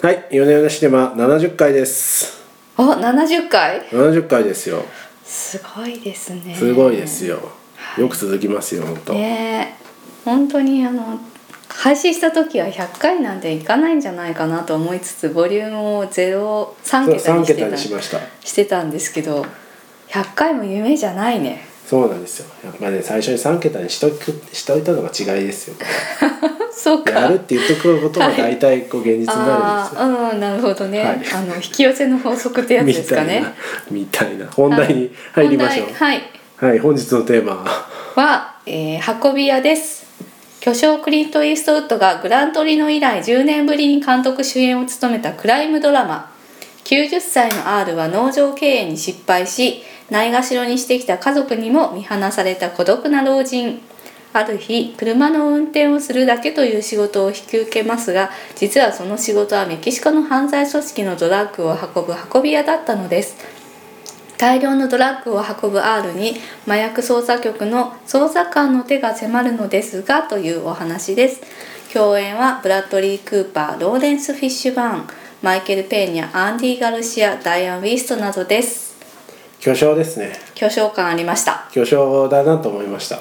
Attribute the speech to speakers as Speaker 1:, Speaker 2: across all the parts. Speaker 1: はい、米米シネマ70回です
Speaker 2: お70回
Speaker 1: 70回ですよ
Speaker 2: すごいですね
Speaker 1: すごいですよ、
Speaker 2: えー
Speaker 1: よく続きますよ本当、
Speaker 2: ねえ本当にあの配信した時は100回なんていかないんじゃないかなと思いつつボリュームを03
Speaker 1: そう
Speaker 2: 桁に
Speaker 1: 3
Speaker 2: して
Speaker 1: 桁
Speaker 2: た
Speaker 1: にしました
Speaker 2: してたんですけど100回も夢じゃないね
Speaker 1: そうなんですよやっぱね最初に3桁にしとくしといたのが違いですよ
Speaker 2: そうか
Speaker 1: やるって言っとくことが大体こう現実になるん
Speaker 2: あ
Speaker 1: ですよ、
Speaker 2: あうんなるほどね、
Speaker 1: はい
Speaker 2: あの引き寄せの法則ってやつ
Speaker 1: み
Speaker 2: です
Speaker 1: た
Speaker 2: か
Speaker 1: いな、
Speaker 2: ね
Speaker 1: みたいな本題に
Speaker 2: はい
Speaker 1: 入りましょう
Speaker 2: 本題はい
Speaker 1: はい本日のテーマは
Speaker 2: は、えー運び屋です巨匠クリント・イーストウッドがグラントリノ以来10年ぶりに監督主演を務めたクライムドラマ90歳の R は農場経営に失敗しないがしろにしてきた家族にも見放された孤独な老人ある日車の運転をするだけという仕事を引き受けますが実はその仕事はメキシコの犯罪組織のドラッグを運ぶ運び屋だったのです大量のドラッグを運ぶ R に麻薬捜査局の捜査官の手が迫るのですがというお話です共演はブラッドリー・クーパーローレンス・フィッシュバーンマイケル・ペーニャアンディ・ガルシアダイアン・ウィストなどです
Speaker 1: 巨匠ですね
Speaker 2: 巨匠感ありました
Speaker 1: 巨匠だなと思いました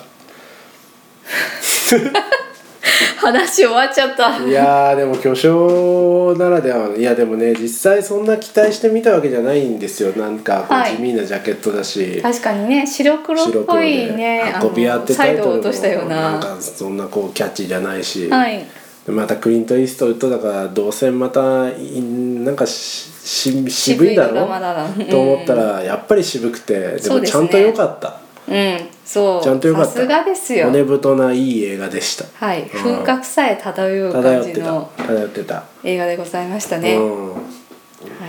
Speaker 2: 話終わっちゃった
Speaker 1: いやーでも巨匠ならではのいやでもね実際そんな期待して見たわけじゃないんですよなんかこう
Speaker 2: はい
Speaker 1: 地味なジャケットだし、
Speaker 2: 確かにね白黒っぽいね
Speaker 1: 白黒で運び屋って
Speaker 2: サ
Speaker 1: タ
Speaker 2: イ
Speaker 1: イ
Speaker 2: ドを
Speaker 1: トル
Speaker 2: 落としたよ
Speaker 1: も
Speaker 2: う
Speaker 1: なん
Speaker 2: な
Speaker 1: かそんなこうキャッチーじゃないし、
Speaker 2: はい
Speaker 1: でまたクリント・イーストウッドだからどうせまたいなんかしし渋いだ
Speaker 2: 渋いドラ
Speaker 1: ろ
Speaker 2: マだなうん
Speaker 1: と思ったらやっぱり渋くてで
Speaker 2: そう
Speaker 1: も
Speaker 2: ですね
Speaker 1: ちゃんと良かった、
Speaker 2: うんそう
Speaker 1: ちゃんと良かった
Speaker 2: さすがですよ
Speaker 1: 骨太ないい映画でした
Speaker 2: はい
Speaker 1: うん
Speaker 2: 風格さえ漂う
Speaker 1: 漂
Speaker 2: 感
Speaker 1: っ
Speaker 2: じ
Speaker 1: てた
Speaker 2: の
Speaker 1: 漂ってた、
Speaker 2: 映画でございましたね、
Speaker 1: うん
Speaker 2: は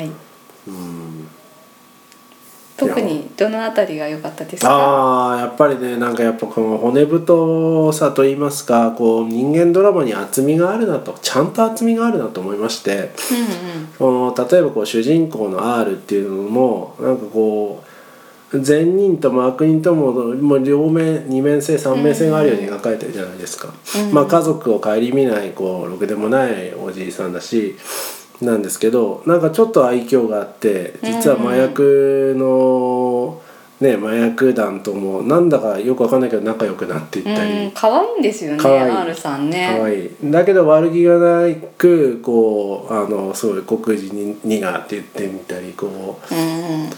Speaker 2: い
Speaker 1: うん
Speaker 2: 特にどのあたりが良かったですか
Speaker 1: ああやっぱりねなんかやっぱこの骨太さと言いますかこう人間ドラマに厚みがあるなとちゃんと厚みがあるなと思いまして
Speaker 2: うん
Speaker 1: この例えばこう主人公の R っていうのもなんかこう善人とも悪人とももう両面二面性三面性があるように描かれてるじゃないですか、
Speaker 2: うん
Speaker 1: まあ、家族を顧みないこうろくでもないおじいさんだしなんですけどなんかちょっと愛嬌があって実は麻薬の、ね、麻薬団ともなんだかよくわかんないけど仲良くなっていっ
Speaker 2: うん
Speaker 1: たり。
Speaker 2: うん可愛いんですよね
Speaker 1: 可愛い
Speaker 2: R さんね
Speaker 1: 可愛いだけど悪気がなくこうあのすごい黒人に「ニガ」って言ってみたりこ
Speaker 2: うんうん
Speaker 1: う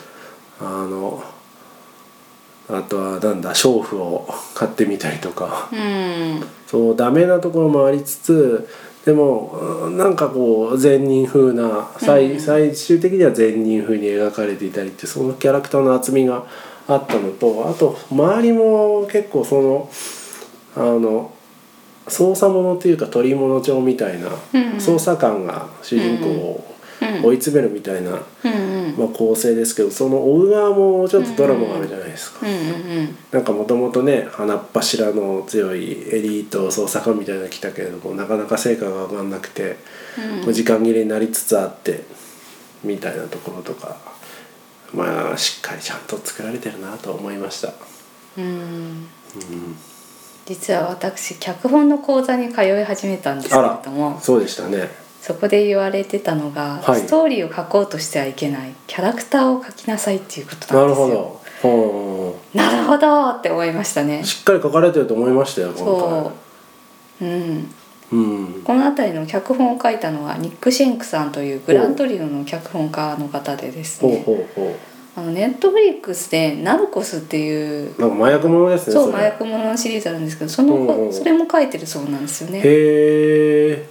Speaker 1: あのあとはなんだ娼婦を買ってみたりとか
Speaker 2: うん
Speaker 1: そうダメなところもありつつでもうんなんかこう善人風な最,、最終的には善人風に描かれていたりってそのキャラクターの厚みがあったのとあと周りも結構そのあの捜査者というか取り物帳みたいな、
Speaker 2: うんうん
Speaker 1: 捜査官が主人公を追い詰めるみたいな、
Speaker 2: うんうん
Speaker 1: まあ、構成ですけどその追う側もちょっとドラマがあるじゃないですか。
Speaker 2: うんうん
Speaker 1: なんかもともとね花っ柱の強いエリート捜査官みたいなの来たけれどもなかなか成果が上がんなくて、
Speaker 2: うん
Speaker 1: こう時間切れになりつつあってみたいなところとかまあしっかりちゃんと作られてるなと思いました
Speaker 2: うんうん実は私脚本の講座に通い始めたんですけ
Speaker 1: あ
Speaker 2: れ
Speaker 1: ら
Speaker 2: ども
Speaker 1: そうでしたね
Speaker 2: そこで言われてたのが、
Speaker 1: はい
Speaker 2: ストーリーを書こうとしてはいけないキャラクターを書きなさいっていうこと
Speaker 1: な
Speaker 2: なん
Speaker 1: る
Speaker 2: ですよ
Speaker 1: ほどほ
Speaker 2: なるほどって思いましたね
Speaker 1: うしっかり書かれてると思いましたよ今
Speaker 2: そううん
Speaker 1: 回うん
Speaker 2: この辺りの脚本を書いたのはニック・シェンクさんというグラントリノの脚本家の方でです
Speaker 1: ほう
Speaker 2: ね
Speaker 1: ほうほ
Speaker 2: あのネットフリックスで「ナルコス」っていう
Speaker 1: うなんか麻薬ものですね
Speaker 2: そう
Speaker 1: れ
Speaker 2: 麻薬もののシリーズあるんですけどその
Speaker 1: うんうん
Speaker 2: それも書いてるそうなんですよね。
Speaker 1: へえ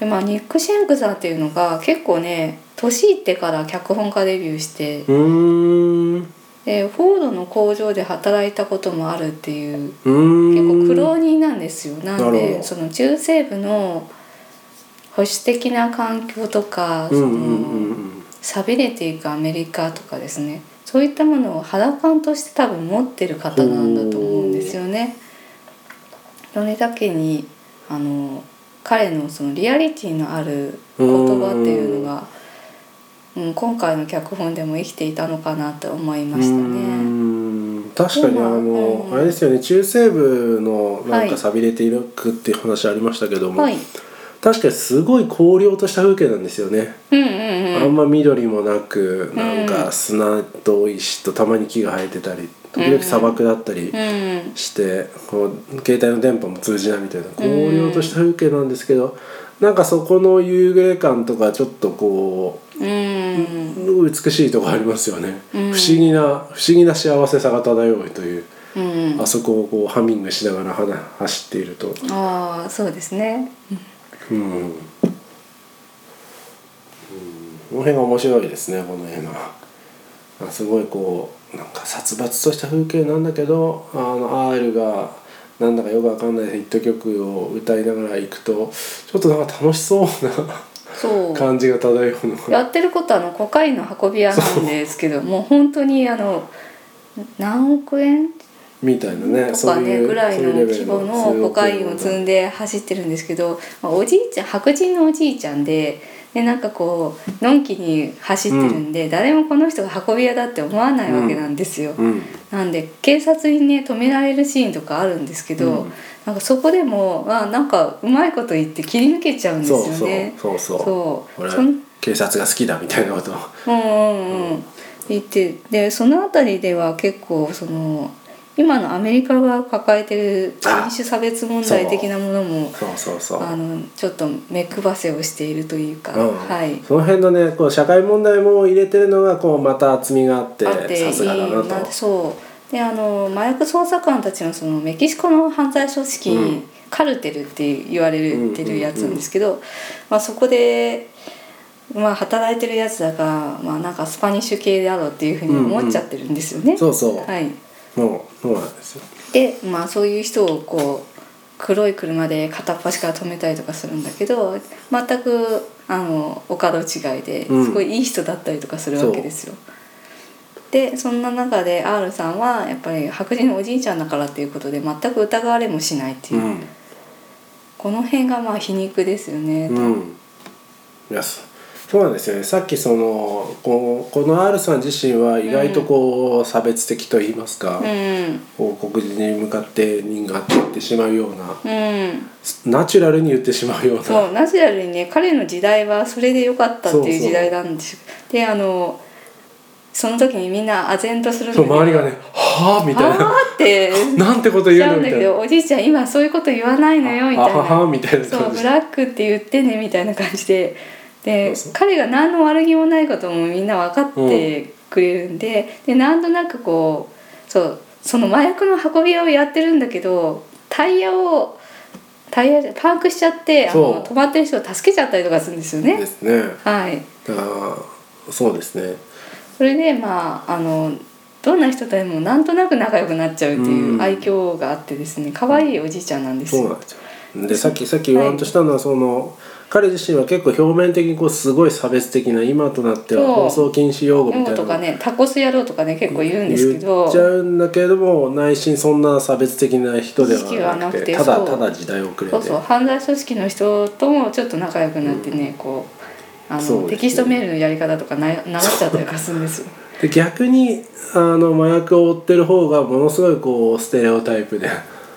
Speaker 2: でまあニック・シェンクさんっていうのが結構ね年いってから脚本家デビューして
Speaker 1: うーんう
Speaker 2: でフォードの工場で働いたこともあるっていう
Speaker 1: ーん
Speaker 2: 結構苦労人なんですよ
Speaker 1: な
Speaker 2: な
Speaker 1: んるほ
Speaker 2: で
Speaker 1: ど
Speaker 2: その中西部の保守的な環境とか
Speaker 1: う
Speaker 2: そ
Speaker 1: んうんうんう
Speaker 2: の
Speaker 1: ん
Speaker 2: 寂れていくアメリカとかですねそういったものを肌感として多分持ってる方なんだと思うんですよね。それだけにあの彼のそのリアリティのある言葉っていうのが、うん、今回の脚本でも生きていたのかなと思いました
Speaker 1: う
Speaker 2: ね。
Speaker 1: ーん確かにあ
Speaker 2: 今
Speaker 1: の、
Speaker 2: うん
Speaker 1: あれですよね中西部のなんか
Speaker 2: はい
Speaker 1: 寂れているくっていう話ありましたけども、
Speaker 2: はい、
Speaker 1: 確かにすごい荒涼とした風景なんですよね、
Speaker 2: うんうん
Speaker 1: あ
Speaker 2: うん
Speaker 1: んま緑もなくなんか砂と石とたまに木が生えてたり時々砂漠だったり、
Speaker 2: うん
Speaker 1: してこう携帯の電波も通じないみたいな荒涼とした風景なんですけど、なんかそこの夕暮れ感とかちょっとこ
Speaker 2: うん
Speaker 1: う美しいとこありますよね、
Speaker 2: うん
Speaker 1: 不思議な不思議な幸せさが漂うという、
Speaker 2: うん
Speaker 1: あそこをこうハミングしながらはな走っていると、
Speaker 2: ああそうですね
Speaker 1: うんうん、この辺が面白いですねこの映画あすごいこうなんか殺伐とした風景なんだけどあのアールがなんだかよくわかんないヒット曲を歌いながら行くとちょっとなんか楽しそうな
Speaker 2: そう
Speaker 1: 感じが漂うのが
Speaker 2: やってることはあのコカインの運び屋なんですけどもう本当にあの何億円
Speaker 1: みたいなね
Speaker 2: とかねぐらいの規模のコカインを積ん
Speaker 1: で
Speaker 2: で走ってるんですけど、まあおじいちゃん白人のおじいちゃんででなんかこうのんきに走ってるんで、誰もこの人が運び屋だって思わないわけなんですよ。
Speaker 1: うん
Speaker 2: なんで警察にね止められるシーンとかあるんですけど、
Speaker 1: うん
Speaker 2: なんかそこでもあなんかうまいこと言って切り抜けちゃうんですよ
Speaker 1: そうそう
Speaker 2: ね。
Speaker 1: そうそう
Speaker 2: そう
Speaker 1: 俺
Speaker 2: そん
Speaker 1: 警察が好きだみたいなことを
Speaker 2: うんうんうん、言ってでその辺りでは結構その今のアメリカが抱えてる人種差別問題的なものも
Speaker 1: そうそうそう
Speaker 2: あのちょっと目配せをしているというか、
Speaker 1: うん
Speaker 2: はい。
Speaker 1: その辺のねこう社会問題も入れてるのがこうまた厚みがあって
Speaker 2: あってい
Speaker 1: さ
Speaker 2: い
Speaker 1: すがだなと
Speaker 2: なそうであの麻薬捜査官たちのそのメキシコの犯罪組織、
Speaker 1: うん
Speaker 2: カルテルって言われてるやつなんですけど、まあ、そこで、まあ、働いてるやつだから、まあ、なんかスパニッシュ系だろうっていうふうに思っちゃってるんですよね。
Speaker 1: そうそう、
Speaker 2: はい、
Speaker 1: もうそうなんですよ
Speaker 2: で、まあ、そういう人をこう黒い車で片っ端から止めたりとかするんだけど全くあのお門違いで
Speaker 1: うん
Speaker 2: すごいいい人だったりとかするわけですよ。でそんな中で R さんはやっぱり白人のおじいちゃんだからっていうことで全く疑われもしないっていう、
Speaker 1: うん
Speaker 2: この辺がまあ皮肉ですよね。
Speaker 1: うんいやそそうなんですよねさっきそのこうこの R さん自身は意外とこう、差別的と言いますか、
Speaker 2: うん
Speaker 1: こう黒人に向かって人がっていってしまうような
Speaker 2: うん、
Speaker 1: ナチュラルに言ってしまうような
Speaker 2: そうナチュラルにね彼の時代はそれで良かったっていう時代なんですよであのその時にみんな唖然とするんだ
Speaker 1: そう
Speaker 2: けど
Speaker 1: 周りがね「はあ」みたい
Speaker 2: あ
Speaker 1: な
Speaker 2: ーって
Speaker 1: 「なんてこと
Speaker 2: しち
Speaker 1: 言う
Speaker 2: ゃう
Speaker 1: の」
Speaker 2: ん
Speaker 1: み
Speaker 2: だ
Speaker 1: た
Speaker 2: け
Speaker 1: いな
Speaker 2: どおじいちゃん今そういうこと言わないのよみ
Speaker 1: あ
Speaker 2: たい
Speaker 1: はは」
Speaker 2: な
Speaker 1: みたいな
Speaker 2: そう
Speaker 1: 感
Speaker 2: ブ
Speaker 1: じ
Speaker 2: ラックって言ってねみたいな感じでで
Speaker 1: そうそう
Speaker 2: 彼が何の悪気もないこともみんな分かってくれるんで、でなんとなくこうそうその麻薬の運び屋をやってるんだけどタイヤをタイヤでパークしちゃってあ
Speaker 1: そう
Speaker 2: の止まってる人を助けちゃったりとかするんですよね
Speaker 1: で。すね
Speaker 2: はい、
Speaker 1: だからそうですね
Speaker 2: それでまああのどんな人とでもなんとなく仲良くなっちゃうっていううん愛嬌があってですね可愛いおじいちゃんなんです
Speaker 1: そう
Speaker 2: よ。
Speaker 1: なんですよでさっきさっき言わんとしたのは、その彼自身は結構表面的にこうすごい差別的な今となっては
Speaker 2: そう
Speaker 1: 放送禁止用語み
Speaker 2: ヨ
Speaker 1: たい
Speaker 2: モ
Speaker 1: な
Speaker 2: と
Speaker 1: の
Speaker 2: かねタコス野郎とかね結構言うんですけど
Speaker 1: 言っちゃうんだけれども内心そんな差別的な人ではなくて
Speaker 2: 意識はなくて
Speaker 1: た
Speaker 2: そ
Speaker 1: だ
Speaker 2: う
Speaker 1: ただ時代遅れ
Speaker 2: そう
Speaker 1: て
Speaker 2: そう犯罪組織の人ともちょっと仲良くなってね、こうあ
Speaker 1: そうで
Speaker 2: の、
Speaker 1: すね
Speaker 2: テキストメールのやり方とかな流しちゃったりとかするんです よ。
Speaker 1: で逆にあの麻薬を追ってる方がものすごいこうステレオタイプで。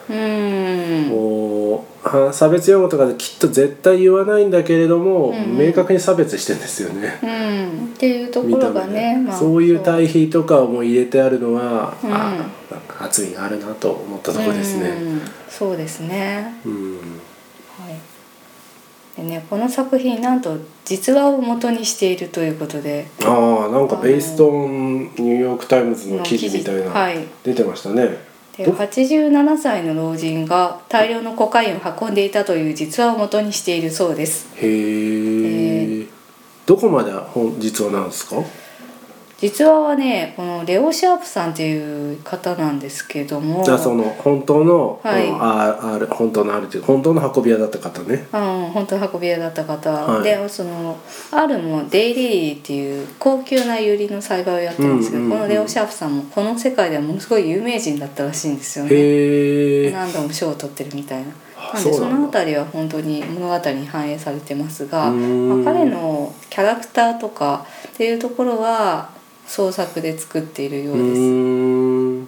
Speaker 2: うーん
Speaker 1: こうは差別用語とかできっと絶対言わないんだけれども、
Speaker 2: うん
Speaker 1: 明確に差別してんですよね。
Speaker 2: うん、っていうところがね、まあ、
Speaker 1: そういう対比とかも入れてあるのは、
Speaker 2: うん
Speaker 1: あなんか厚みがあるなと思ったところですね。
Speaker 2: うんそうですね。
Speaker 1: うん、
Speaker 2: はい、でねこの作品なんと実話を元にしているということで
Speaker 1: ああなんかベイストンニューヨーク・タイムズの記事みたいな、
Speaker 2: の記事はい
Speaker 1: 出てましたね。
Speaker 2: で
Speaker 1: ど
Speaker 2: 87歳の老人が大量のコカインを運んでいたという実話を元にしているそうです
Speaker 1: へえ、どこまで本実はなんですか？
Speaker 2: 実話はねこのレオ・シャープさんという方なんですけども
Speaker 1: じゃあその本当の、
Speaker 2: はい
Speaker 1: うんあある本当のあるという本当の運び屋だった方ね。
Speaker 2: あの本当に運び屋だった方、
Speaker 1: はい
Speaker 2: でそのあるもデイリーっていう高級なユリの栽培をやってるんですけど、
Speaker 1: うんうんうん
Speaker 2: このレオ・シャープさんもこの世界ではものすごい有名人だったらしいんですよね。
Speaker 1: へえ。
Speaker 2: 何度も賞を取ってるみたいな。
Speaker 1: あ
Speaker 2: なん
Speaker 1: そ
Speaker 2: で
Speaker 1: う
Speaker 2: そ
Speaker 1: なんだ
Speaker 2: のあたりは本当に物語に反映されてますが、
Speaker 1: うーん
Speaker 2: まあ、彼のキャラクターとかっていうところは創作で作っているよ
Speaker 1: う
Speaker 2: うです。
Speaker 1: ーん。う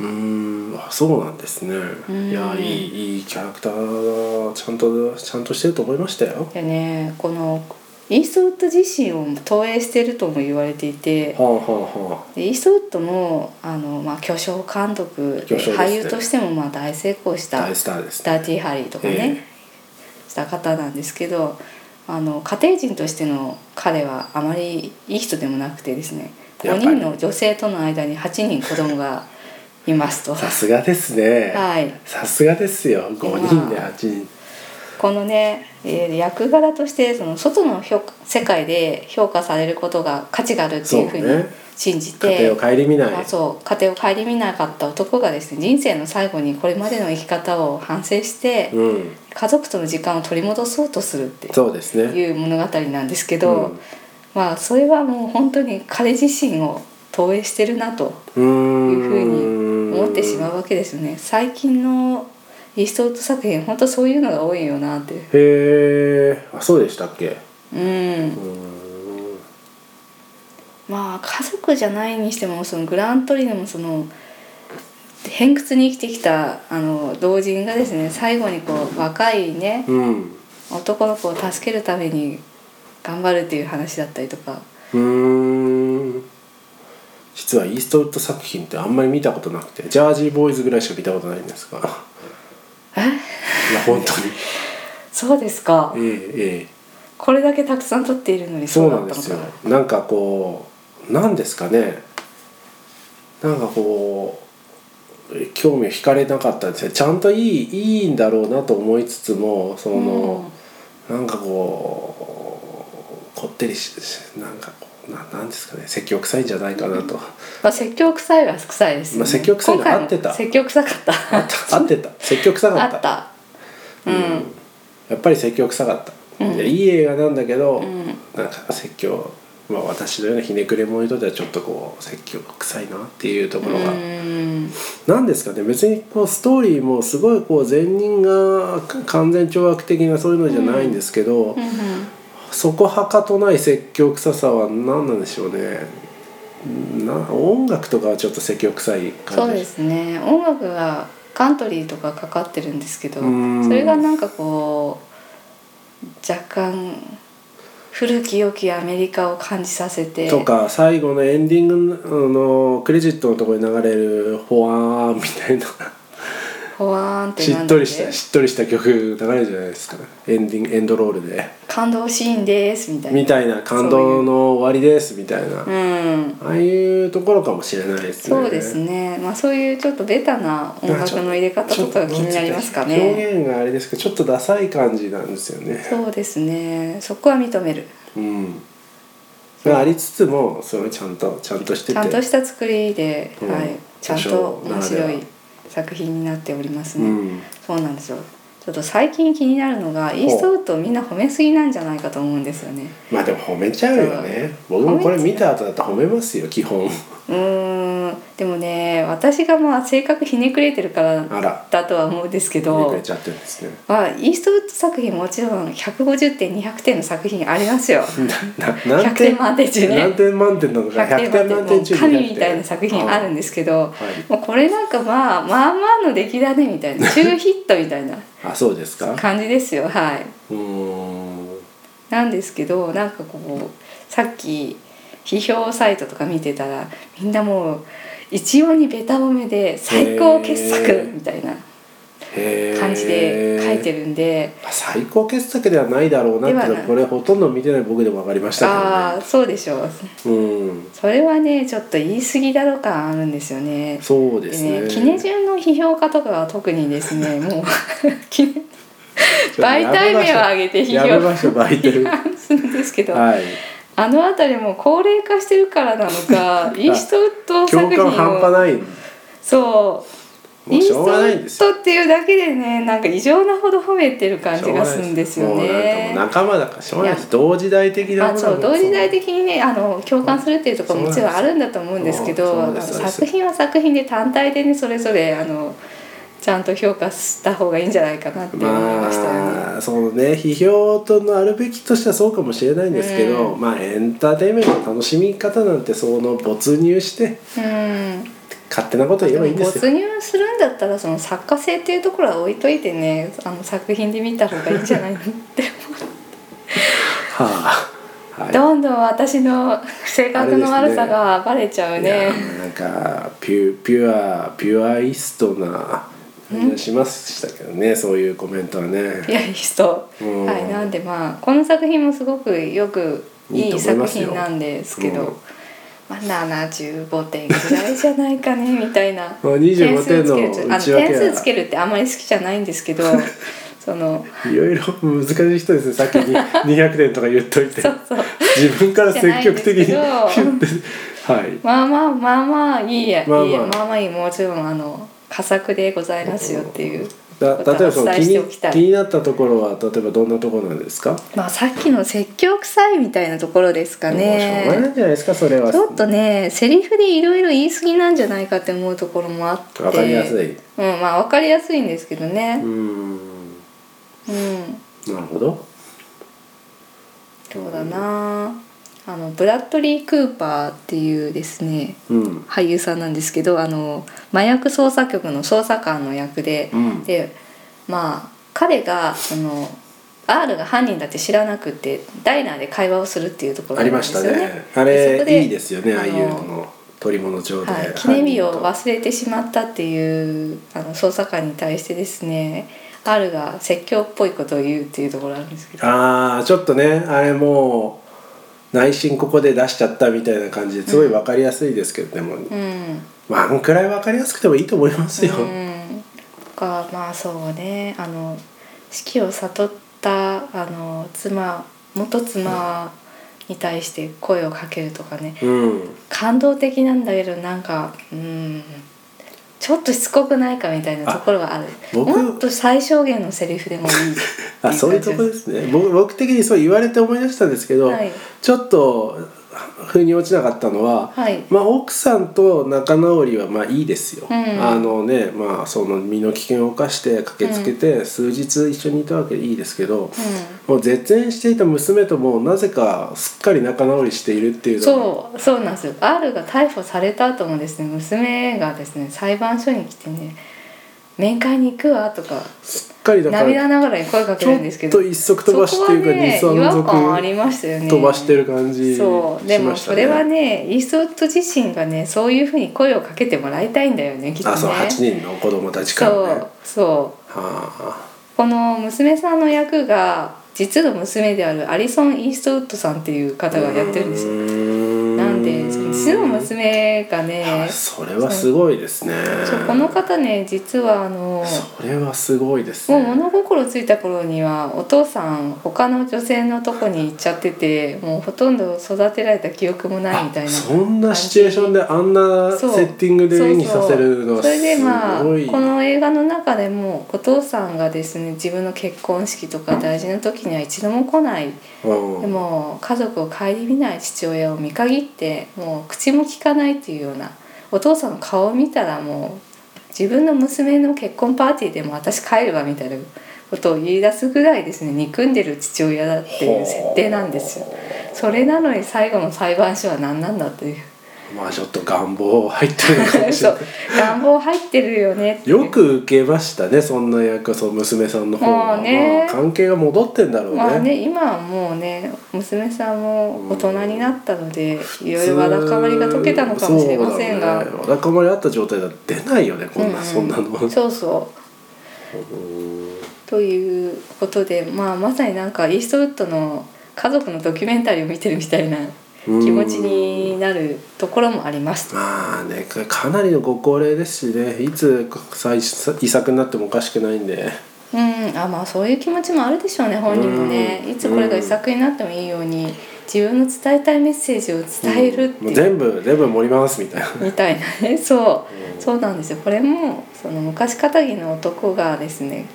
Speaker 1: ーん。あそうなんですね
Speaker 2: ん
Speaker 1: いやいいいいキャラクターだちゃんとちゃんとしてると思いましたよ
Speaker 2: でねこのイーストウッド自身を投影してるとも言われていて
Speaker 1: はあは
Speaker 2: でイーストウッドもあの、まあ、巨匠監督で
Speaker 1: 巨匠ですね
Speaker 2: 俳優としてもまあ大成功し
Speaker 1: あはあ
Speaker 2: た
Speaker 1: 大スターです
Speaker 2: ダーティーハリーとかね、した方なんですけどあの家庭人としての彼はあまりいい人でもなくてですね
Speaker 1: や
Speaker 2: 5
Speaker 1: っぱり
Speaker 2: 人の女性との間に8人子供がいますと。
Speaker 1: さすがですね
Speaker 2: はい、
Speaker 1: さすがですよ5人で8人
Speaker 2: このね、えー役柄としてその外の評価世界で評価されることが価値があるっていうふ
Speaker 1: そう
Speaker 2: うに
Speaker 1: ね
Speaker 2: 信じて、
Speaker 1: 家庭を顧みない
Speaker 2: まあ、そう家庭を顧みなかった男がですね人生の最後にこれまでの生き方を反省して、
Speaker 1: うん
Speaker 2: 家族との時間を取り戻そうとするって
Speaker 1: そうですね
Speaker 2: いう物語なんですけど、
Speaker 1: うん
Speaker 2: まあそれはもう本当に彼自身を投影してるなと
Speaker 1: うーん
Speaker 2: いうふうに思ってしまうわけですよね。最近のイーストウッド作品本当そういうのが多いよなって
Speaker 1: へえあそうでしたっけ
Speaker 2: う
Speaker 1: う
Speaker 2: ん
Speaker 1: ーん
Speaker 2: まあ家族じゃないにしてもそのグラントリノもその偏屈に生きてきたあの老人がですね最後にこう若いね
Speaker 1: うん
Speaker 2: 男の子を助けるために頑張るっていう話だったりとか
Speaker 1: うーん実はイーストウッド作品ってあんまり見たことなくてジャージーボーイズぐらいしか見たことないんですがいや本当に
Speaker 2: そうですか
Speaker 1: ええええ
Speaker 2: これだけたくさん撮っているのに
Speaker 1: そ
Speaker 2: そうう
Speaker 1: な
Speaker 2: だ
Speaker 1: ん
Speaker 2: っ
Speaker 1: で
Speaker 2: たの
Speaker 1: す
Speaker 2: か
Speaker 1: よなんかこうなんですかねなんかこうえ興味を惹かれなかったんですねちゃんといいいいんだろうなと思いつつもその、なんかこうこってりししなんかこうななんですかね説教臭いんじゃないかなと
Speaker 2: まあ説教臭いは臭いですよ、ね
Speaker 1: まあ説教臭いの
Speaker 2: 今回も
Speaker 1: 合ってた
Speaker 2: 説教臭かった
Speaker 1: あった 合ってた説教臭か
Speaker 2: あ
Speaker 1: った
Speaker 2: ったうん
Speaker 1: やっぱり説教臭かった、
Speaker 2: うん
Speaker 1: いやいい映画なんだけど、
Speaker 2: ん
Speaker 1: なんか説教、まあ、私のようなひねくれ者にとってはちょっとこう説教臭いなっていうところが、
Speaker 2: うん
Speaker 1: なんですかね別にこうストーリーもすごいこう善人が完全懲悪的なそういうのじゃないんですけど、
Speaker 2: うんうん
Speaker 1: そこはかとない説教臭さは何なんでしょうねな音楽とかはちょっと説教臭い
Speaker 2: そ
Speaker 1: 感
Speaker 2: う
Speaker 1: じ
Speaker 2: ですね音楽がカントリーとかかかってるんですけど
Speaker 1: うん
Speaker 2: それがなんかこう若干古き良きアメリカを感じさせて
Speaker 1: とか最後のエンディングのあのクレジットのところに流れる「ほわーん」みたい な
Speaker 2: ほわーんって
Speaker 1: し
Speaker 2: な
Speaker 1: っ
Speaker 2: ん
Speaker 1: と
Speaker 2: で
Speaker 1: りしたしっとりした曲流れるじゃないですかエンディングエンドロールで
Speaker 2: 感動シーンですみたいな
Speaker 1: みたいな感動の終わりですみたいな
Speaker 2: うん
Speaker 1: ああいうところかもしれないですね
Speaker 2: そうですねまあそういうちょっとベタな音楽の入れ方とかが気になりますかね
Speaker 1: 表現があれですけどちょっとダサい感じなんですよね
Speaker 2: そうですねそこは認める
Speaker 1: うんがありつつもそれをちゃんとちゃんとしてて
Speaker 2: ちゃんとした作りで、
Speaker 1: うん
Speaker 2: はい、ちゃんと面白い作品になっておりますね、
Speaker 1: うん
Speaker 2: そうなんですよちょっと最近気になるのがイーストウッドをみんな褒めすぎなんじゃないかと思うんですよね
Speaker 1: まあでも褒めちゃうよね僕もこれ見た後だったら褒めますよ基本
Speaker 2: うーんでもね私がまあ性格ひねくれてるから
Speaker 1: あら
Speaker 2: だとは思うんですけ
Speaker 1: 褒めく
Speaker 2: ど
Speaker 1: れちゃってるんですね
Speaker 2: まあ、イーストウッド作品もちろん150点200点の作品ありますよ
Speaker 1: なな
Speaker 2: 100
Speaker 1: 何点
Speaker 2: 点満点中ね
Speaker 1: 何点満点なのか
Speaker 2: 100
Speaker 1: 100点
Speaker 2: 点満
Speaker 1: 満
Speaker 2: 点
Speaker 1: 点
Speaker 2: も
Speaker 1: 中
Speaker 2: う神みたいな作品あるん
Speaker 1: で
Speaker 2: ですけど、
Speaker 1: はい
Speaker 2: もうこれなんかまあまあまあの出来だねみたいな中ヒットみたいな
Speaker 1: あそうですか
Speaker 2: 感じですよはいう
Speaker 1: ーん
Speaker 2: なんですけどなんかこうさっき批評サイトとか見てたらみんなもう一様にベタ褒めで最高傑
Speaker 1: へ
Speaker 2: 作
Speaker 1: ー
Speaker 2: みたいな
Speaker 1: へー
Speaker 2: 感じで書いてるんで、
Speaker 1: まあ最高傑作ではないだろうなって
Speaker 2: で
Speaker 1: の
Speaker 2: はな
Speaker 1: はいこれほとんど見てない僕でも分かりましたけどね
Speaker 2: ああそうでしょう
Speaker 1: うん
Speaker 2: それはねちょっと言い過ぎだろ感あるんですよね。
Speaker 1: そうです
Speaker 2: で
Speaker 1: ね
Speaker 2: ね、キネジュンの批評家とかは特にです ねもうキネ 媒体名を挙げて批
Speaker 1: やめ
Speaker 2: 評
Speaker 1: ましょう媒
Speaker 2: 批
Speaker 1: 体
Speaker 2: 判するんですけど、
Speaker 1: はい
Speaker 2: あの辺りも高齢化してるからなのかイーストウッド作
Speaker 1: 共
Speaker 2: 品
Speaker 1: 感半端
Speaker 2: を
Speaker 1: ない
Speaker 2: そう
Speaker 1: も
Speaker 2: イ
Speaker 1: う
Speaker 2: ース
Speaker 1: し
Speaker 2: ト
Speaker 1: ょ
Speaker 2: ウ
Speaker 1: うがないんですよ
Speaker 2: ッドっていうだけでねなんか異常なほど褒めてる感じがするんですよ
Speaker 1: しょうがないですもう
Speaker 2: ね
Speaker 1: な。んかもう仲間だからしょうがないです同時代的な
Speaker 2: まあ、
Speaker 1: もの
Speaker 2: そう同時代
Speaker 1: 的
Speaker 2: 的にねあの共感するっていうところももちろんあるんだと思うんですけど
Speaker 1: そう
Speaker 2: あ
Speaker 1: なん
Speaker 2: の
Speaker 1: ですそうなんです
Speaker 2: 作品は作品で単体でねそれぞれあのちゃんと評価した方がいいんじゃないかなって思いましたよね。
Speaker 1: まあそのね批評とのあるべきとしてはそうかもしれないんですけど、
Speaker 2: う
Speaker 1: まあエンターテインメントの楽しみ方なんてその没入して
Speaker 2: うん
Speaker 1: 勝手なこと言えばいいんですよ
Speaker 2: 没入するんだったらその作家性っていうところは置いといてねあの作品で見た方がいいんじゃないのって
Speaker 1: はあ、はい、
Speaker 2: どんどん私の性格の悪さがバレちゃう
Speaker 1: いや
Speaker 2: ね
Speaker 1: なんかピュピュアピュアイストな感じがしましたけどねそういうコメントはね
Speaker 2: いやいい人、
Speaker 1: うん
Speaker 2: はい、なんでまあこの作品もすごくよくい
Speaker 1: いいと
Speaker 2: い
Speaker 1: 思い
Speaker 2: 作
Speaker 1: ますよ
Speaker 2: 品なんですけど
Speaker 1: うん
Speaker 2: まあ、75点ぐらいじゃないかねみたいな
Speaker 1: まあ25点の
Speaker 2: 点数つける
Speaker 1: 内
Speaker 2: とあの
Speaker 1: 訳は
Speaker 2: 点数つけるってあんまり好きじゃないんで すけどその
Speaker 1: いろいろ難しい人ですねさっき に200点とか言っといて
Speaker 2: そうそう
Speaker 1: 自分から積極的に
Speaker 2: じ
Speaker 1: 言っ
Speaker 2: ゃないん
Speaker 1: てはい
Speaker 2: まあまあまあまあいいや、
Speaker 1: まあまあ
Speaker 2: いいやまあまあいいもちろんあの佳作でございますよっていう
Speaker 1: だ
Speaker 2: こと
Speaker 1: 例えばそ
Speaker 2: はお
Speaker 1: の
Speaker 2: 伝
Speaker 1: 気
Speaker 2: えしてお
Speaker 1: に
Speaker 2: きたい
Speaker 1: 気になったところは例えばどんなところなんですか
Speaker 2: まあさっきの説教臭いみたいなところですか
Speaker 1: もうしょうがない
Speaker 2: ね
Speaker 1: んじゃないですかそれは
Speaker 2: ちょっとねセリフでいろいろ言い過ぎなんじゃないかって思うところもあって
Speaker 1: わかりやすい
Speaker 2: うんまあ分かりやすいんですけど
Speaker 1: うー
Speaker 2: ね
Speaker 1: ん
Speaker 2: うん、
Speaker 1: なるほど
Speaker 2: そうだなあのブラッドリー・クーパーっていうですね
Speaker 1: うん
Speaker 2: 俳優さんなんですけどあの麻薬捜査局の捜査官の役で、
Speaker 1: うん
Speaker 2: でまあ彼がその R が犯人だって知らなくてダイナーで会話をするっていうところ
Speaker 1: あ
Speaker 2: なん
Speaker 1: り
Speaker 2: で
Speaker 1: ますし
Speaker 2: よ
Speaker 1: た
Speaker 2: ね。
Speaker 1: ねあれいいですよね
Speaker 2: あの
Speaker 1: ああいうの取り物帳で、
Speaker 2: はい、記念日
Speaker 1: 犯人
Speaker 2: を
Speaker 1: と
Speaker 2: 忘れてしまったっていうあの捜査官に対してですね R が説教っぽいことを言うっていうところあるんですけど
Speaker 1: ああちょっとねあれもう内心ここで出しちゃったみたいな感じですごい分かりやすいですけど、でも
Speaker 2: うん
Speaker 1: まああんくらい分かりやすくてもいいと思いますよ、
Speaker 2: うん、がまあそうねあの死期を悟ったあの妻元妻に対して声をかけるとかね
Speaker 1: うん
Speaker 2: 感動的なんだけどなんかうんちょっとしつこくないかみたいなところがある
Speaker 1: 僕
Speaker 2: もっと最小限のセリフでもいい
Speaker 1: あそういうとこですね僕僕的にそう言われて思い出したんですけど、
Speaker 2: はい
Speaker 1: ちょっと腑に落ちなかったのは、
Speaker 2: はい
Speaker 1: まあ、奥さんと仲直りはまあいいですよ、
Speaker 2: うん
Speaker 1: あのねまあその身の危険を冒して駆けつけて数日一緒にいたわけでいいですけど、もう絶縁していた娘ともなぜかすっかり仲直りしているっていうのが
Speaker 2: そうそうなんですよ R が逮捕された後もですね娘がですね裁判所に来てね「面会に行くわ」とか
Speaker 1: すっかりだから
Speaker 2: 涙ながらに声かけ
Speaker 1: ち
Speaker 2: る
Speaker 1: ょ
Speaker 2: んですけ
Speaker 1: っ
Speaker 2: ど
Speaker 1: と一足飛ばしっていうか二
Speaker 2: そ
Speaker 1: 足
Speaker 2: こはね、違和感あ
Speaker 1: 三
Speaker 2: りましたよね
Speaker 1: 足飛ばしてる感じしま
Speaker 2: そうでも
Speaker 1: した
Speaker 2: それはねイーストウッド自身がねそういうふうに声をかけてもらいたいんだよねきっとね
Speaker 1: あそう8人の子供たちからね
Speaker 2: そうそう
Speaker 1: は
Speaker 2: この娘さんの役が実の娘であるアリソン・イーストウッドさんっていう
Speaker 1: あ
Speaker 2: 方がやってるんですよ
Speaker 1: よ
Speaker 2: なんで実の娘がね
Speaker 1: それはすごいですね
Speaker 2: そうこの方ね実はあの
Speaker 1: それはすごいです
Speaker 2: もう
Speaker 1: ね
Speaker 2: 物心ついた頃にはお父さん他の女性のとこに行っちゃっててもうほとんど育てられた記憶もないみたい
Speaker 1: あ
Speaker 2: な
Speaker 1: そんなシチュエーションであんなセ
Speaker 2: そう
Speaker 1: ッティングで
Speaker 2: そう
Speaker 1: 絵
Speaker 2: そう
Speaker 1: にさせるのは
Speaker 2: それでまあ
Speaker 1: す
Speaker 2: こ
Speaker 1: ごい
Speaker 2: の映画の中でもお父さんがですね自分の結婚式とか大事な時には一度も来ない
Speaker 1: うん
Speaker 2: でも家族を顧みない父親を見限ってもう口も聞かないっていうようなお父さんの顔を見たらもう自分の娘の結婚パーティーでも私帰るわみたいなことを言い出すぐらいですね憎んでる父親だっていう設定なんですよ。それなのに最後の裁判所は何なんだという
Speaker 1: まあちょっと願望入ってるかもし
Speaker 2: そ
Speaker 1: れな
Speaker 2: う願望入ってるよねって
Speaker 1: いよく受けましたねそんな役はその娘さんの方
Speaker 2: まあ
Speaker 1: は、
Speaker 2: ね
Speaker 1: まあ関係が戻ってんだろうね,、
Speaker 2: まあね今はもうね娘さんも大人になったのでいろいろわだかまりが解けたのかもしれません
Speaker 1: そ
Speaker 2: が
Speaker 1: うだ,、ね、わだかまりあった状態だと出ないよねこんな、
Speaker 2: うん
Speaker 1: そんなの
Speaker 2: そうそう。ということで、まあ、まさになんかイーストウッドの家族のドキュメンタリーを見てるみたいな 気持ちになるところもありました。
Speaker 1: まあねかなりのご高齢ですしねいつ最遺作になってもおかしくないんで
Speaker 2: うん、あまあそういう気持ちもあるでしょうね本人もね
Speaker 1: うん
Speaker 2: いつこれが遺作になってもいいように自分の伝えたいメッセージを伝えるって
Speaker 1: もう
Speaker 2: いう、
Speaker 1: 全部全部盛りますみたいな
Speaker 2: みたいなねそうそうなんですよこれもその昔かたぎの男がですね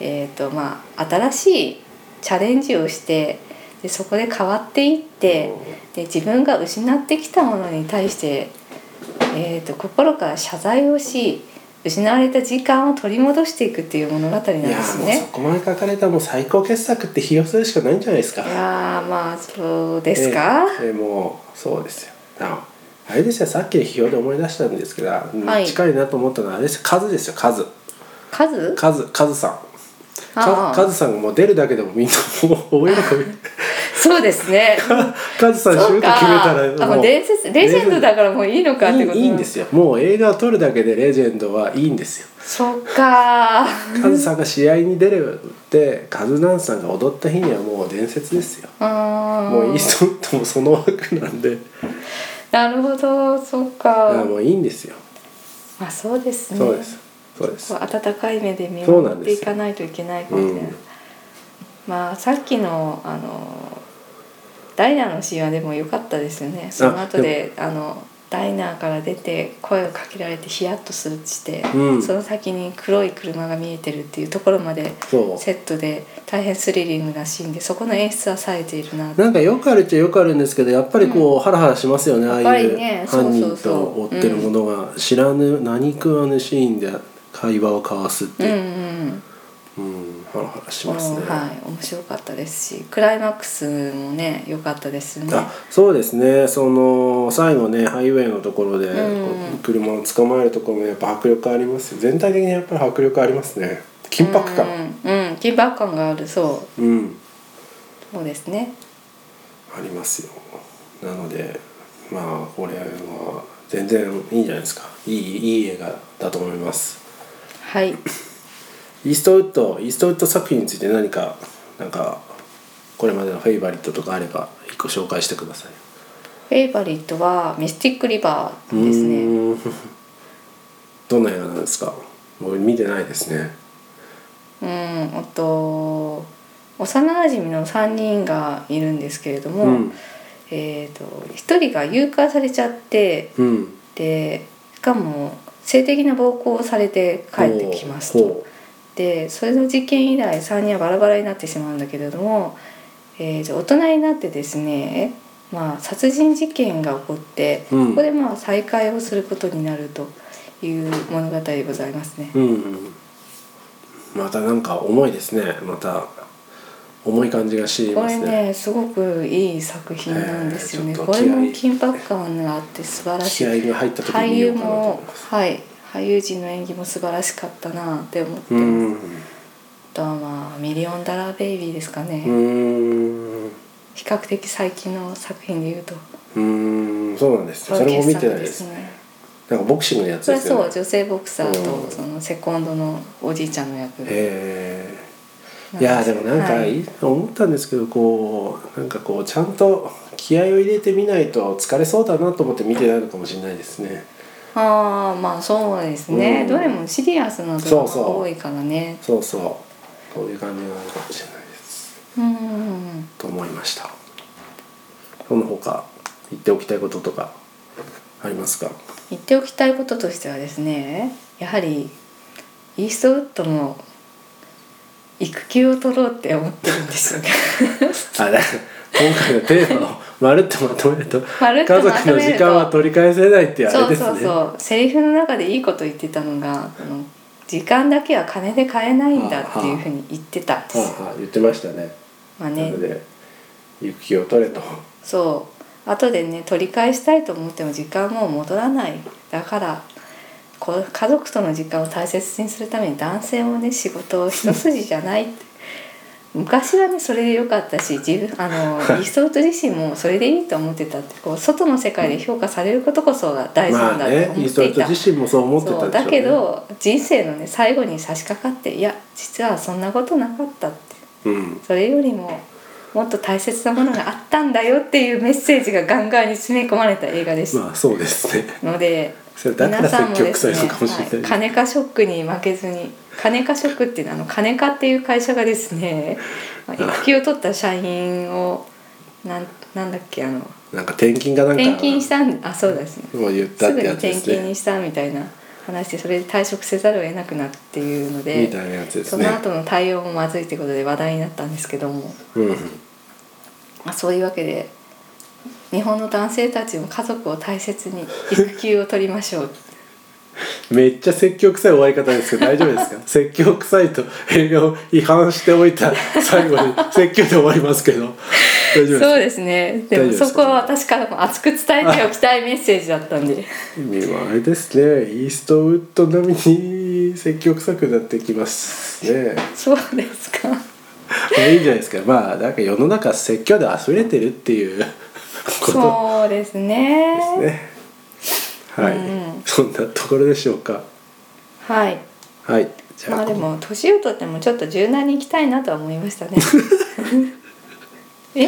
Speaker 2: えーとまあ、新しいチャレンジをしてでそこで変わっていってで自分が失ってきたものに対して、えー、と心から謝罪をし失われた時間を取り戻していくっていう物語なんで
Speaker 1: いや
Speaker 2: す
Speaker 1: もうそ
Speaker 2: ね。
Speaker 1: こまで書かれたらもう最高傑作って批評するしかないんじゃないですか
Speaker 2: いやーまあそうですか、
Speaker 1: ええええもうそうですよああれですよさっきの批評で思い出したんですけど、うん
Speaker 2: はい
Speaker 1: 近いなと思ったのはあれですよ数ですよ数
Speaker 2: 数
Speaker 1: 数数さん
Speaker 2: あ
Speaker 1: か
Speaker 2: あ
Speaker 1: カズさんがもう出るだけでもみんなもう大 喜び
Speaker 2: そうですね
Speaker 1: カズさんシ
Speaker 2: そ
Speaker 1: ュー
Speaker 2: う
Speaker 1: ト決めた
Speaker 2: からあもう伝説レジェンドだからもういいのかってこと
Speaker 1: いいいいんですよもう映画を撮るだけでレジェンドはいいんですよ
Speaker 2: そっか
Speaker 1: カズさんが試合に出るってカズナンさんが踊った日にはもう伝説ですよ
Speaker 2: あ
Speaker 1: もういいとってもその枠なんで
Speaker 2: なるほどそっ
Speaker 1: あ
Speaker 2: か
Speaker 1: もういいんですよ
Speaker 2: まあそうですね
Speaker 1: そうですそうです
Speaker 2: こう温かい目で見
Speaker 1: そうな
Speaker 2: 守
Speaker 1: ん
Speaker 2: っ
Speaker 1: で
Speaker 2: て
Speaker 1: す
Speaker 2: い
Speaker 1: よ
Speaker 2: かないといけないですね
Speaker 1: うん
Speaker 2: まあさっきのあのダイナのシーンはでも良かったですよねその後であのダイナーから出て声をかけられてヒヤッとするして、
Speaker 1: うん
Speaker 2: その先に黒い車が見えてるっていうところまで
Speaker 1: そう
Speaker 2: セットで大変スリリングなシーンでそこの演出は冴えているなと
Speaker 1: なんかよくあるっちゃよくあるんですけどやっぱりこう、ハラハラしますよねあ
Speaker 2: ぱ
Speaker 1: あい
Speaker 2: り
Speaker 1: う
Speaker 2: ね
Speaker 1: 犯人
Speaker 2: そうそう
Speaker 1: と
Speaker 2: そう
Speaker 1: 追ってるものが知らぬ何食わぬシーンで会話を交わすっ
Speaker 2: う
Speaker 1: て
Speaker 2: ん
Speaker 1: いううんうん、ハラハラし
Speaker 2: うん、
Speaker 1: ますね。
Speaker 2: はい面白かったですしクライマックスもね良かったですね
Speaker 1: あそうですねその最後ねハイウェイのところで、
Speaker 2: うん
Speaker 1: こう車を捕まえるところもやっぱ迫力ありますよ全体的にやっぱり迫力ありますね緊迫感
Speaker 2: うん、うん、緊迫感があるそう
Speaker 1: うん、
Speaker 2: そうですね
Speaker 1: ありますよなのでまあこれは全然いいんじゃないですかいいいい映画だと思います
Speaker 2: はい
Speaker 1: イーストウッドイーストウッド作品について何かなんかこれまでのフェイバリットとかあれば一個紹介してください
Speaker 2: フェイバリットはミスティックリバーですね
Speaker 1: うーん。どんな映画なんですか。僕見てないですね。
Speaker 2: うんあと幼馴染の3人がいるんですけれども、
Speaker 1: うん
Speaker 2: えー、と1人が誘拐されちゃって
Speaker 1: うん。
Speaker 2: でしかも性的な暴行をされて帰ってきますと。
Speaker 1: ほ
Speaker 2: でそれの事件以来3人はバラバラになってしまうんだけれども、えーと大人になってですね、まあ、殺人事件が起こって、
Speaker 1: うん
Speaker 2: ここでまあ再会をすることになるという物語でございますね。
Speaker 1: ううんうん。またなんか重いですね。また重い感じがし
Speaker 2: こ
Speaker 1: ま
Speaker 2: れ
Speaker 1: すね。
Speaker 2: ねすごくいい作品なんですよね。
Speaker 1: えーちょっ
Speaker 2: ことれ
Speaker 1: 気合
Speaker 2: も
Speaker 1: い
Speaker 2: 緊迫感があって素晴らし
Speaker 1: 気合
Speaker 2: い。
Speaker 1: が入った時に
Speaker 2: 俳
Speaker 1: 見よ
Speaker 2: 優
Speaker 1: うかなと思
Speaker 2: も
Speaker 1: います。
Speaker 2: はい俳優陣の演技も素晴らしかったなって思っ
Speaker 1: う
Speaker 2: てます。
Speaker 1: ん。う
Speaker 2: あとはまあミリオンダラーベイビーですかね。
Speaker 1: ーん。
Speaker 2: 比較的最近の作品で言うと
Speaker 1: うーん。そうなんですよ。それも見てないです。
Speaker 2: ね
Speaker 1: なんかボクシングのやつ
Speaker 2: そ
Speaker 1: で
Speaker 2: れ
Speaker 1: すよ
Speaker 2: そう
Speaker 1: ね。
Speaker 2: 女性ボクサー
Speaker 1: う
Speaker 2: と
Speaker 1: ん
Speaker 2: そのセコンドのおじいちゃんの役
Speaker 1: へえ。いやーでもなんか
Speaker 2: はい
Speaker 1: い思ったんですけどこうなんかこうちゃんと気合を入れてみないと疲れそうだなと思って見てないのかもしれないですね
Speaker 2: ああまあそうですね、
Speaker 1: うん
Speaker 2: どれもシリアスなドラマ
Speaker 1: そう
Speaker 2: が
Speaker 1: そう
Speaker 2: 多いからね
Speaker 1: そうそうこういう感じなのかもしれないです
Speaker 2: うん
Speaker 1: と思いましたその他言っておきたいこととかありますか
Speaker 2: 言っておきたいこととしてはですねやはりイーストウッドも育休を取ろうって思ってるんですよね
Speaker 1: あだ今回のテーマをまるっとまとめると
Speaker 2: まる
Speaker 1: 家
Speaker 2: っとまと
Speaker 1: 族
Speaker 2: めると
Speaker 1: の時間は取り返せないってあれ
Speaker 2: そう
Speaker 1: ですね
Speaker 2: そうそうセリフの中でいいこと言ってたのがあの時間だけは金で買えないんだっていうふうに言ってたんですよ
Speaker 1: はあはあ言ってましたね
Speaker 2: まあ
Speaker 1: な
Speaker 2: ね
Speaker 1: ので行く気を取れと
Speaker 2: そう後でね取り返したいと思っても時間もう戻らないだからこう家族との時間を大切にするために男性もね仕事を一筋じゃないって昔はねそれで良かったし自分 あのイーストウッド自身もそれでいいと思ってたってこう外の世界で評価されることこそが大事
Speaker 1: ま
Speaker 2: なん
Speaker 1: あ
Speaker 2: だって
Speaker 1: ねイ
Speaker 2: 思
Speaker 1: ー
Speaker 2: っ
Speaker 1: ストウ
Speaker 2: て
Speaker 1: ッ
Speaker 2: い
Speaker 1: ド
Speaker 2: た。
Speaker 1: 自身もそう思ってたで
Speaker 2: そう
Speaker 1: しょ
Speaker 2: だ
Speaker 1: うね
Speaker 2: けど人生のね最後に差し掛かっていや実はそんなことなかったって
Speaker 1: うん
Speaker 2: それよりももっと大切なものがあったんだよっていうメッセージがガンガンに詰め込まれた映画です
Speaker 1: まあそうですね
Speaker 2: ので
Speaker 1: それだから
Speaker 2: 皆さんも
Speaker 1: 積極さ
Speaker 2: ですね
Speaker 1: れるかもしれない
Speaker 2: はい金貨ショックに負けずに金貨ショックっていうのはあの金貨っていう会社がで すねまあ育休を取った社員をなんなんだっけあの
Speaker 1: なんか転勤がなんか
Speaker 2: 転勤したんあそうですね
Speaker 1: もう言った
Speaker 2: す
Speaker 1: っ
Speaker 2: ぐ
Speaker 1: て
Speaker 2: に
Speaker 1: やつ
Speaker 2: 転
Speaker 1: です
Speaker 2: 勤
Speaker 1: ね
Speaker 2: にしたみたいな話でそれで退職せざるを得なくなっていうので
Speaker 1: みたいなやつで
Speaker 2: そ
Speaker 1: すね
Speaker 2: の後の対応もまずいってことで話題になったんですけども。
Speaker 1: うん
Speaker 2: まあ、そういうわけで日本の男性たちも家族を大切に育休を取りましょう
Speaker 1: めっちゃ説教臭い終わり方ですけど大丈夫 ですか説教 臭いと映画を違反しておいた最後に説教で終わりますけど大丈夫
Speaker 2: そう
Speaker 1: で
Speaker 2: ですねでも
Speaker 1: 大丈夫ですか
Speaker 2: そこは私からも熱く伝えておきたいメッセージだったんで
Speaker 1: すでもあれですねイーストウッド並みに積極臭くなってきますね
Speaker 2: そうですか
Speaker 1: いやいいんじゃないですかまあなんか世の中説教で溢れてるっていう こと
Speaker 2: そうですね
Speaker 1: ですねはい、
Speaker 2: うん
Speaker 1: そんなところでしょうか
Speaker 2: はい
Speaker 1: はいじゃ
Speaker 2: ま
Speaker 1: あ,、
Speaker 2: あでも年を取ってもちょっと柔軟に行きたいなとは思いまし たねえ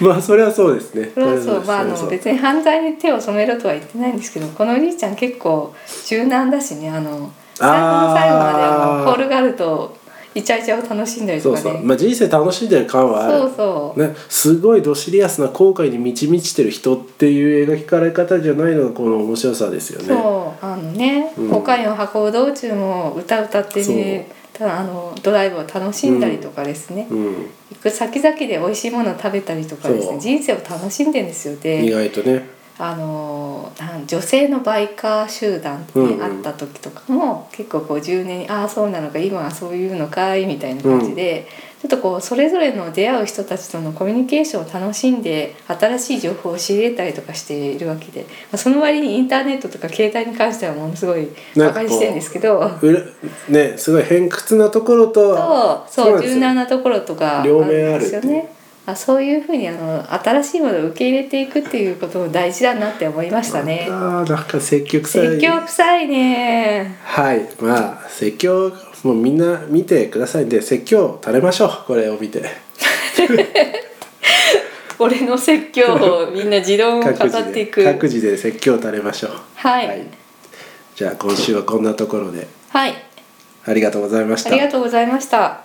Speaker 1: まあそれはそうですね
Speaker 2: それはそう
Speaker 1: そ
Speaker 2: まああ
Speaker 1: れは
Speaker 2: の
Speaker 1: そう
Speaker 2: 別に犯罪に手を染めろとは言ってないんですけどこのお兄ちゃん結構柔軟だしねあの最後の最後まであの
Speaker 1: あー
Speaker 2: コールがあるとイチャイチャを楽しんだり
Speaker 1: そ
Speaker 2: と
Speaker 1: う
Speaker 2: かね
Speaker 1: そう、まあ、人生楽しんでる感はある
Speaker 2: そうそう
Speaker 1: ね、すごいドシリアスな後悔に満ち満ちてる人っていう描きかれ方じゃないのがこの面白さですよね。
Speaker 2: そうあのね、
Speaker 1: うん
Speaker 2: コカインを運ぶ道中も歌歌ってねただあのドライブを楽しんだりとかですね、
Speaker 1: うん、
Speaker 2: 行く先々で美味しいものを食べたりとかです
Speaker 1: そう
Speaker 2: ね人生を楽しんでんですよ
Speaker 1: 意
Speaker 2: で
Speaker 1: 外とね
Speaker 2: あのなん女性のバイカー集団って
Speaker 1: うんうん
Speaker 2: あった時とかも、結構こう10年ああそうなのか今はそういうのかいみたいな感じで、ちょっとこうそれぞれの出会う人たちとのコミュニケーションを楽しんで新しい情報を仕入れたりとかしているわけで、まあ、その割にインターネットとか携帯に関してはものすごい
Speaker 1: なん
Speaker 2: 馬
Speaker 1: かこう
Speaker 2: 鹿にしてるんですけど。
Speaker 1: うらねすごい偏屈なところと
Speaker 2: そ
Speaker 1: そ
Speaker 2: う
Speaker 1: う
Speaker 2: そ
Speaker 1: な
Speaker 2: うん
Speaker 1: ですよ
Speaker 2: 柔軟なところとか
Speaker 1: 両面あ
Speaker 2: ん
Speaker 1: る
Speaker 2: ですよね。あそういうふうにあの新しいものを受け入れていくっていうことも大事だなって思いましたね。
Speaker 1: あーなんか積極性
Speaker 2: 説教臭いね。
Speaker 1: はいまあ説教もうみんな見てくださいんで説教垂れましょうこれを見て
Speaker 2: 俺の説教をみんな自動を語
Speaker 1: 各
Speaker 2: っ
Speaker 1: 自
Speaker 2: て
Speaker 1: で
Speaker 2: いく。
Speaker 1: 各自で説教垂れましょう
Speaker 2: はい、は
Speaker 1: はいい、じゃあ今週はこんなところでありがとうございまし
Speaker 2: あ
Speaker 1: た
Speaker 2: りがとうございました。